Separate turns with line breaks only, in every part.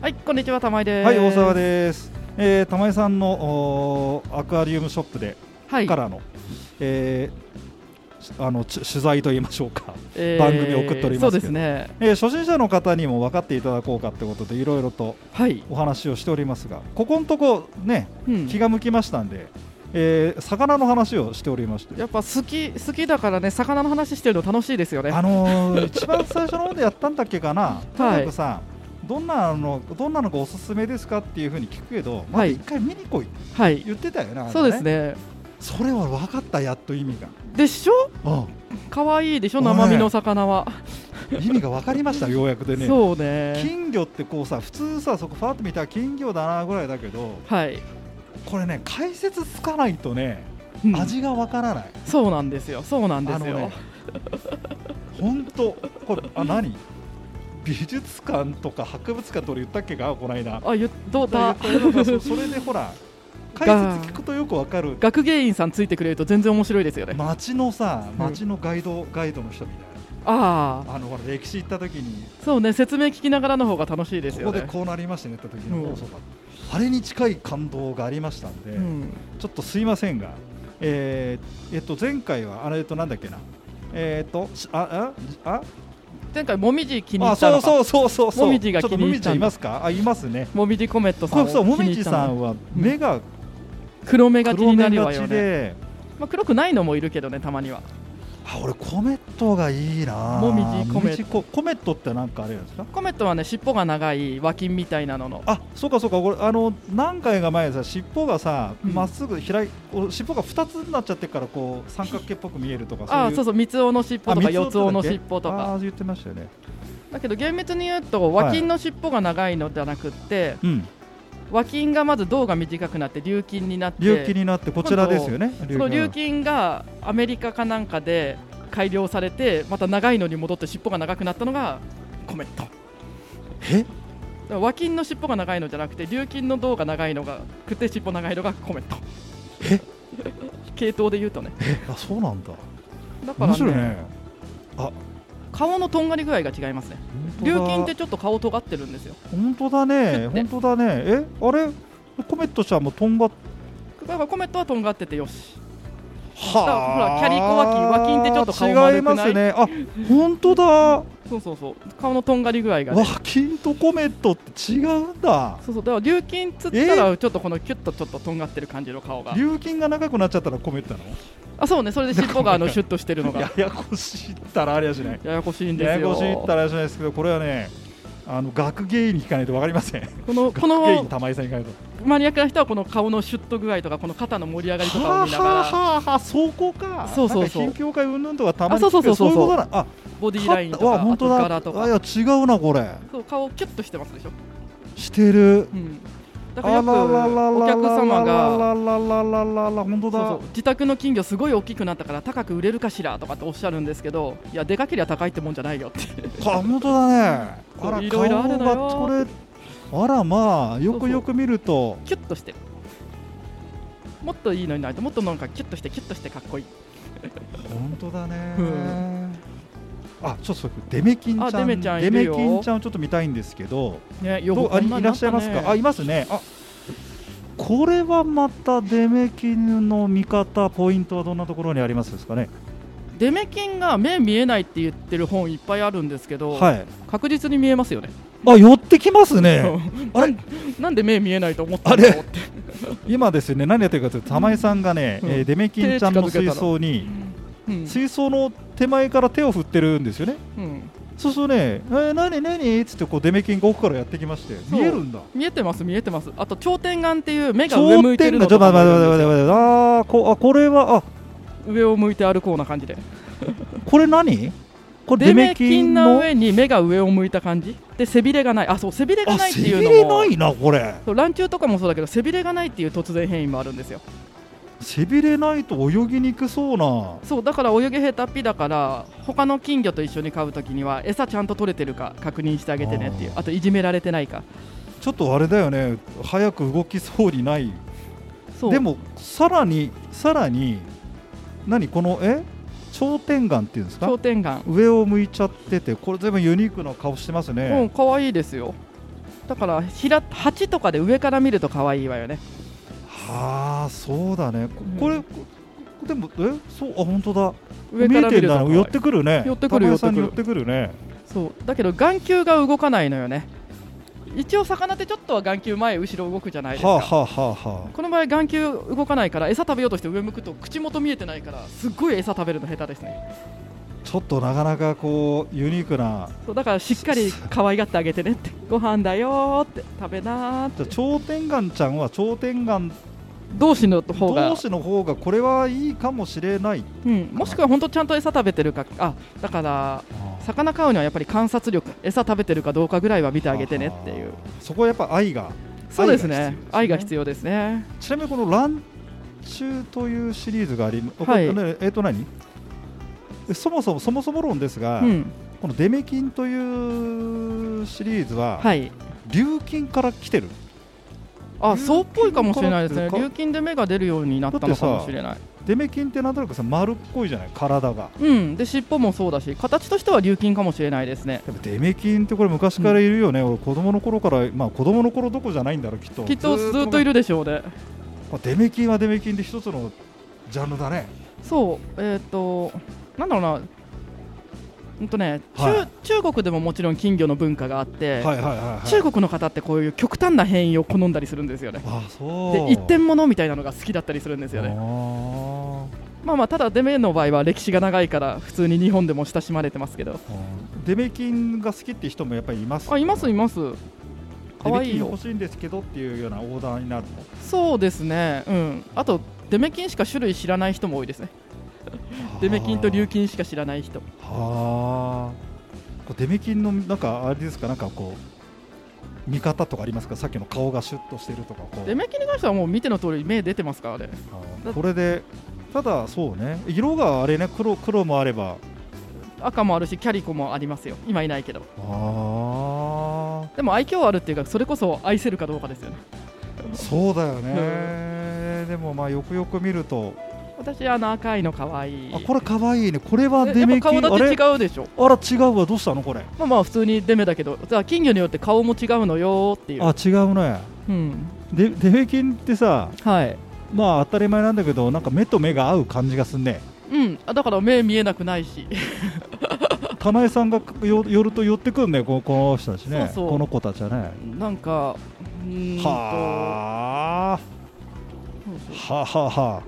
はい、こんにちは、玉井です。
はい、大沢です。えー、玉井さんのおーアクアリウムショップで、
はい
からの、えーしあのち取材と言いましょうか。
え
番組送っておりますけど
そうですね。
えー、初心者の方にも分かっていただこうかってことでいろいろと
はい。
お話をしておりますが、ここのとこね
うん
気が向きましたんで、えー魚の話をしておりまして。
やっぱ好き好きだからね、魚の話してるの楽しいですよね。
あのー一番最初の方でやったんだっけかな、とにかくさ、どんなのどんなのがおすすめですかっていうふうに聞くけど、まず一回見に来いって
はい。
言ってたよね、あれ
そうです。ね。
それは分かった、やっと意味が。
でしょ？
あ
可愛いでしょ、生身の魚は。
あ 意味が分かりました、ようやくでね。
そうね。
金魚ってこうさ普通さそこパーッと見たら金魚だなぐらいだけど
はい。
これね解説つかないとね、
うん
味がわからない
そうなんですよ。そうなんですよ。
ね本当これあ何美術館とか博物館と俺言ったっけかこの間
あ、ゆどうだ。
言ったようなそそれでほら解説聞くとよくわかる
学芸員さんついてくれると全然面白いですよね。
街のさ街のガイド、ガイドの人みたい
ああ、
なあのほら歴史行った時に
そうね。説明聞きながらの方が楽しいです
こ
よ
こ
ね。
でこうなりましたねって時に、
うん
おそうかあれに近い感動がありましたんで、
うん。
ちょっとすいませんが、えーえっと前回はあれえっとなんだっけな、えーっとしあああ
前回もみじ気に入
あ
った
そ
の
う
か。
そうそうそうそう。
もみじが
ちょっと
気に入
もみ
った
じ
んだ
いますか？あいますね。
もみじコメットさんを
そうそうも
気に入
みじ
ったの
さんは目が
黒目がち
黒
にな
目
る
が
わよ
ち
ね、
で、
まあ、黒くないのもいるけどねたまには
あ俺コメットがいいな。
もみじコメット
もみじココメットってなんかあれなんですか？
コメットはね尻尾が長い和金みたいなのの
あそうかそうかこれあの何回か前さ尻尾がさ
うん
まっすぐ開いこう尻尾が二つになっちゃってからこう三角形っぽく見えるとか
ああ
い
そうそう三つ男の尻尾と
あ
か
三つ
四つ男
男だ
の
っけ
尻尾と
あ
か
ー言ってましたよね。
だけど厳密に言うと和金の尻尾が長いのじゃなくって、
うん。
和金がまず胴が短くなって琉金になって
隆起になってこちらですよね。
その琉
隆起
金がアメリカかなんかで改良されてまた長いのに戻って尻尾が長くなったのがコメット
え？
だから和金の尻尾が長いのじゃなくて琉金の胴が長いのがくて尻尾長いのがコメット
え
系統で言うとね
えあそうなんだ。
だから
面
ね
白いね。
顔のとんがり具合が違いますね
本当だ
琉金ってちょっと顔尖ってるんですよ
本当 だね。
って
本当だね。えあれコメットちゃんもとんがっ
だからコメットはとんがっててよし
は
ほらキャリコ和金和金ってちょっと顔丸くない
違いますね。あ本 当だ。
そうそうそう顔のとんがり具合が
和
ね
金とコメットって違うんだ。
そうそうだから琉金っつったらちょっとこのキュッとちょっととんがってる感じの顔が
流金が長くなっちゃったらコメットなの？
あそうねそれで尻尾があのシュッとしてるのが
ややこしいったらありゃしない。
ややこしいんで
や
す
やこ
よ
しいったらあれじゃないですけどこれはね。あの学芸員に聞かないとわかり ません。
このこ
学芸員
の
玉井さんに聞かないと。
マニアックな人はこの顔のシュッと具合とかこの肩の盛り上がりとかを
はあ
見ながら
はあはあはあ、そこか。
そうそうそう
なんか品評会云々とかたまに
あ
聞
そう
く
そう
けど
そ
そう
そ
ういううことなあ、
ボディラインと
わ
か
本当
あと柄
だ。
と
あい
か
や違うなこれ。
そう顔をキュッとしてますでしょ、
して
う。
る
ん、だ
あ
からよくお客様が
あらららららら本当
そう
だ。
そう自宅の金魚すごい大きくなったから高く売れるかしらとかっておっしゃるんですけどいやでかけりゃ高いってもんじゃないよって
あ本当だね。
そう
あら
いろいろあるのよ
顔がこれ。あらまあよくよく見ると
キュッとしてるもっといいのにないともっとなんかキュッとしてキュッとしてかっこいい
本当だね
う。
あちょっとそれデメキンちゃん
あデメちゃんい
デ
る
メ
よ
キンちゃんをちょっと見たいんですけど。
ね
ど
よ
うあいいらっしゃいますか。あいますね。あこれはまたデメキンの見方ポイントはどんなところにありますですかね。
デメキンが目見えないって言ってる本いっぱいあるんですけど、
はい。
確実に見えますよね
あ寄ってきますね。あれ
なんで目見えないと思ったんだろうって
今ですね何やってるかというと玉井さんがね、
うん
えーデメキンちゃんの水槽に
うん
水槽の手前から手を振ってるんですよね。
うん
そうするとね、えー、何何っつってこうデメキンが奥からやってきまして
そう
見えるんだ。
見えてます見えてますあと頂点眼っていう目が上向
頂
いてる
点が
の
ちょ
と
っと待
か
って
も
待
あるんで
って
すよ
待って待ってあーこあこれはあ
上を向いて歩こうな感じで
これ何？これ
デ
デ
メ
メ
キ
キ
ン
ン
の
の
上に目が上を向いた感じで背びれがないあそう背びれが
あ
ないって
背
い
び
う
れ
のも
ないなこれ。
そうランチュウとかもそうだけど背びれがないっていう突然変異もあるんですよ
背びれないと泳ぎにくそうな。
そうだから泳ぎ下手っぴだから他の金魚と一緒に飼うときには餌ちゃんと取れてるか確認してあげてねっていう
あ
あといじめられてないか
ちょっとあれだよね。早く動きそうにない。
そう
でもさらにさらに何このえ頂点眼っていうんですか
頂。点眼
上を向いちゃっててこれ全部ユニークな顔してます
う
ね
ん。可愛いですよだからひら鉢とかで上から見ると可愛いわよね
はあそうだねこ
うん
これ、でもえそうあ本当だ
上から
見え
見る
てん
と
だ
可愛い
寄ってくるね
寄ってくる
玉屋さんに寄
寄
っ
って
くるね
そうだけど眼球が動かないのよね一応魚ってちょっとは眼球前後ろ動くじゃないですか、
はあはあはあは
この場合眼球動かないから餌食べようとして上向くと口元見えてないからすっごい餌食べるの下手ですね
あちょっとなかなかこうユニークな
そうだからしっかり可愛がってあげてねってご飯だよーって食べなーっ
じゃ
て
あ頂点眼ちゃんは頂点眼
同士の方が
同士の方がこれはいいかもしれない
うん、もしくは本当ちゃんと餌食べてるかあだから魚飼うにはやっぱり観察力餌食べてるかどうかぐらいは見てあげてねっていう
あーそこはやっぱ愛が
そうですね
愛
愛
が
が
必
必要ですね
ちなみにこの「ランチュー」というシリーズがあり、
はい
これえっと何えそもそもそもそも論ですが、
うん
このデメキンというシリーズは、
はい
琉金から来てる
あそうっぽいかもしれないですね
流金からっていうか
流金で目が出るようになったのかもしれない
デメキンってなんとなくさ丸っこいじゃない体が
うんで尻尾もそうだし形としては流金かもしれないですね
やっぱデメキンってこれ昔からいるよね、俺子供の頃からまあ子供の頃どこじゃないんだろうきっと
きっとずっとい
る
るでしょうね
デメキンはデメキンで一つのジャンルだね
そうえっ、となんだろうなうんとね、
は
中中国でももちろん金魚の文化があって、
はいはいはい、はい、
中国の方ってこういう極端な変異を好んだりするんですよね。
あそう
で一点物みたいなのが好きだったりするんですよね。
あー
まあまあただデメの場合は歴史が長いから普通に日本でも親しまれてますけど。
デメキンが好きって人もやっぱりいます
あいますいます。
デ
可
メ
愛
キ
い
ン
よ
欲。しいんですけどっていうようなオーダーになる
そうですね。うん。あとデメキンしか種類知らない人も多いですね。デメキンと琉金しか知らない人。
はあデメキンのなんかあれですかなんかこう見方とかありますかさっきの顔がシュッとしてるとかこう
デメキンに関してはもう見ての通り目出てますからね。
あーこれでただそうね色があれね黒黒もあれば
赤もあるしキャリコもありますよ。今いないけど。
あ
でも愛嬌あるっていうかそれこそ愛せるかどうかですよね。
あそうだよね、でもまあよくよく見ると
私あの赤いの可愛い。
あこれ可愛いねこれは
え
デ
やっ
メ
ぱ
キン
顔だ
あ
って
れ
違うでしょ。
あら違うわどうしたのこれ
まあまあ普通にデメだけど、じゃあ金魚によって顔も違うのよーっていう。
あ違うね
うん。
デデメキンってさ
はい。
まあ当たり前なんだけどなんか目と目が合う感じがすんね
うん。あだから目見えなくないし。
玉井さんがよ寄ると寄ってくるねこのこの人たちね
そうそう
この子たちはね
なんか、 うーんと
はあ
そうそう
はあはあは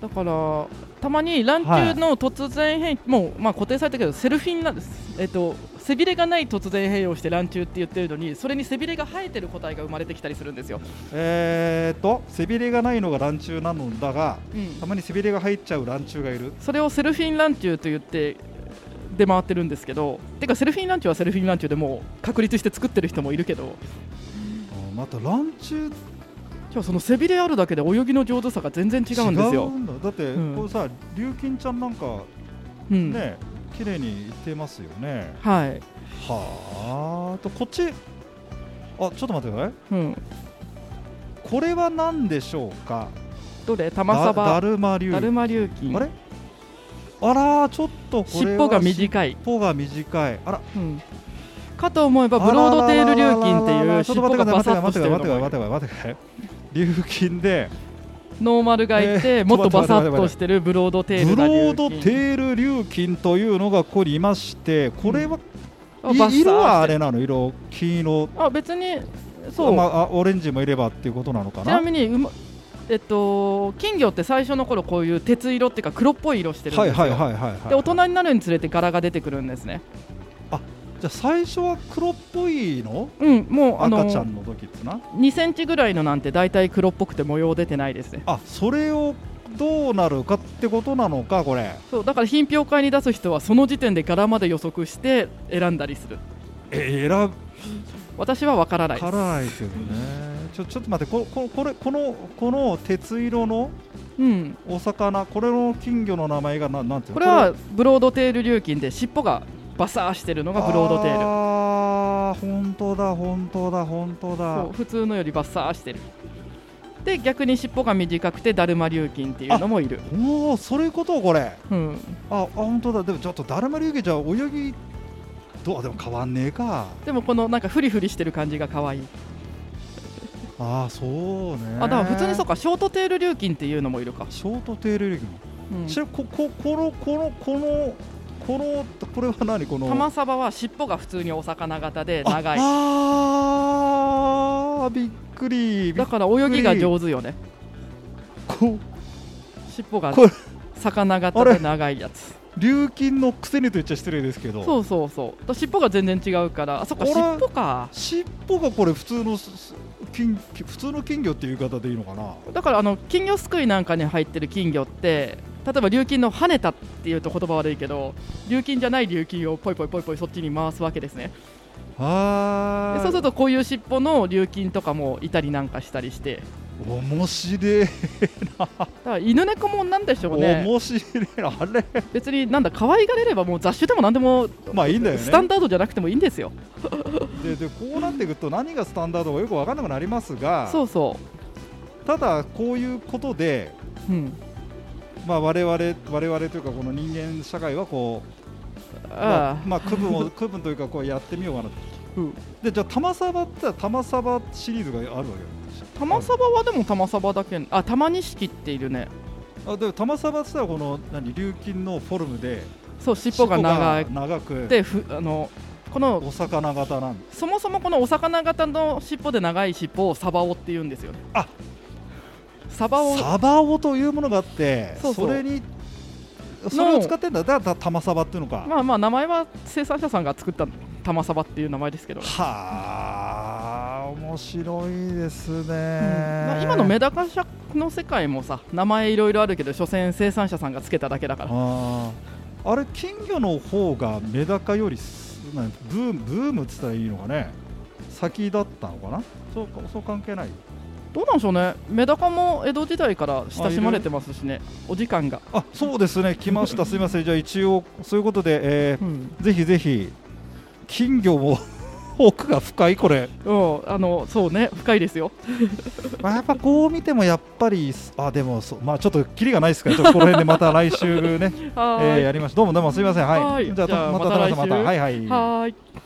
だから、たまに乱中の突然変異、もうまあ固定されたけど、セルフィンなんです、えっと、背びれがない突然変異をして乱中って言ってるのに、それに背びれが生えてる個体が生まれてきたりするんですよ。
えーっと背びれがないのが卵中なのだが
うん
たまに背びれが入っちゃう卵中がいる
それをセルフィンランチューと言って出回ってるんですけどてかセルフィンランチューはセルフィンランチューでもう確立して作ってる人もいるけど
あまた卵中
じゃあその背びれあるだけで泳ぎの上手さが全然違うんですよ
違うんだだって、
うん
こうさ龍金ちゃんなんか
うん
ね、綺麗にいってますよね
はい、
はあとこっちあちょっと待ってください
うん、
これは何でしょうか
どれ玉
だ
サ
だ
バ
るま流
だるま竜金
あれあらーちょっとこれは
尻尾が
尻
短い、
尾が短いあら
うん、かと思えばブロードテール竜金って
あららららら
い
ら
う
ちょ
尻
っと
尾
待
が
ってくだ
バサ
さい
ッとし
待って
てる
くだ
の
さい
が
待ってください待ってください龍金で
ノーマルがいて、
えー
もっとバサッとしてるブロードテール
ブロ
が
ー
竜金
ドテール龍金というのがここにいましてこれは、
あバ
い
サッて
色はあれなの色金色
あ別にそう、
まああ、オレンジもいればっていうことなのか
ちな
な
みにうま、えっと、金魚って最初の頃こういう鉄色っていうか黒っぽい色してるん
は
です
い
よ、
はいはいはい、はい、
で大人になるにつれて柄が出てくるんですね、
じゃあ最初は黒っぽいの
うん、もうあの
赤ちゃんの時っつな
2センチぐらいのなんて大体黒っぽくて模様出てないですね
あそれをどうなるかってことなのかこれ
そうだから品評会に出す人はその時点で柄まで予測して選んだりする
え選
私は分からないです
からないけどねちょちょっと待ってこここれこのこの鉄色の
うん、
お魚これの金魚の名前がななんていうの
これはブロードテール琉金で尻尾がバサーしてるのがブロードテール
ああ本当だ本当だ本当だ
そう普通のよりバサーしてるで逆に尻尾が短くてだるま琉金っていうのもいる
おおそういうことこれ
うん、
ああ本当だでもちょっとだるま流儀じゃ泳ぎどうでも変わんねえか
でもこのなんかフリフリしてる感じが可愛い
ああそうね
あだから普通にそうかショートテール琉金っていうのもいるか、
ショートテール力も、
うん
ちなみにこここのこのこのこのこれは何この
玉サバは尻尾が普通にお魚型で
あ
長い
あーびっくりびっ
だから泳ぎが上手よね
こ
尻尾が
これ
魚
あ
型
れ
で長いやつ
流金のくせにと言っちゃ失礼ですけど
そうそうそうだ尻尾が全然違うからあそっか
これ
尻尾か
尻尾がこれ普通のすす金普通の金魚っていう言い方でいいのかな
だからあの金魚すくいなんかに入ってる金魚って例えば琉金の跳ねたっていうと言葉悪いけど琉金じゃない琉金をポイポイポイポイそっちに回すわけですね
は
で
ーい
そうするとこういう尻尾の琉金とかもいたりなんかしたりして
面白い、
だから犬猫もなんでしょうね
面白いなあれ
別になんだ可愛がれればもう雑種でもなんでも
まあいいんだよね
スタンダードじゃなくてもいいんですよ
ででこうなっていくと何がスタンダードかよく分かんなくなりますが
そうそ
ただこういうことで、
ううん
まあ、我々我々というかこの人間社会はこうま
あ
あ
あ
まあ区分を 区分というかこうやってみようかなと
うん
でじゃあ玉サバって玉サバシリーズがあるわけです
玉サバはでも玉サバだけあ玉錦っているね
あでも玉サバって言ったらこの何琉金のフォルムで
そう尻尾が長
尻尾が長
く
く
てふあのこの
お魚型なんで
そもそもこのお魚型の尻尾で長い尻尾をサバオって言うんですよね。
あ
サバオ
サバオというものがあって
そうそう
れにそれを使ってんだだから玉サバっていうのか、
まあまあ名前は生産者さんが作った玉サバっていう名前ですけど、
はあ面白いですね、
まあ今のメダカ社の世界もさ名前いろいろあるけど所詮生産者さんがつけただけだから
あーあれ金魚の方がメダカよりすなんブームブームって言ったらいいのかね先だったのかなそうかそう関係ない
どうなんでしょうねメダカも江戸時代から親しまれてますしねお時間が、
あそうですね来ましたすいませんじゃあ一応そういうことで、え
うん、
ーぜひぜひ金魚も 奥が深いこれ、
うんあのそうね深いですよ
まあ、やっぱこう見てもやっぱりあでもそうまあちょっとキリがないですからちょっとこの辺でまた来週ね
は
えー
ーい、
やりました。どうもどうもすみません。はい。
はい
じゃあ
じゃあ
また田中さんま
また来週
た。はいはい。
はーい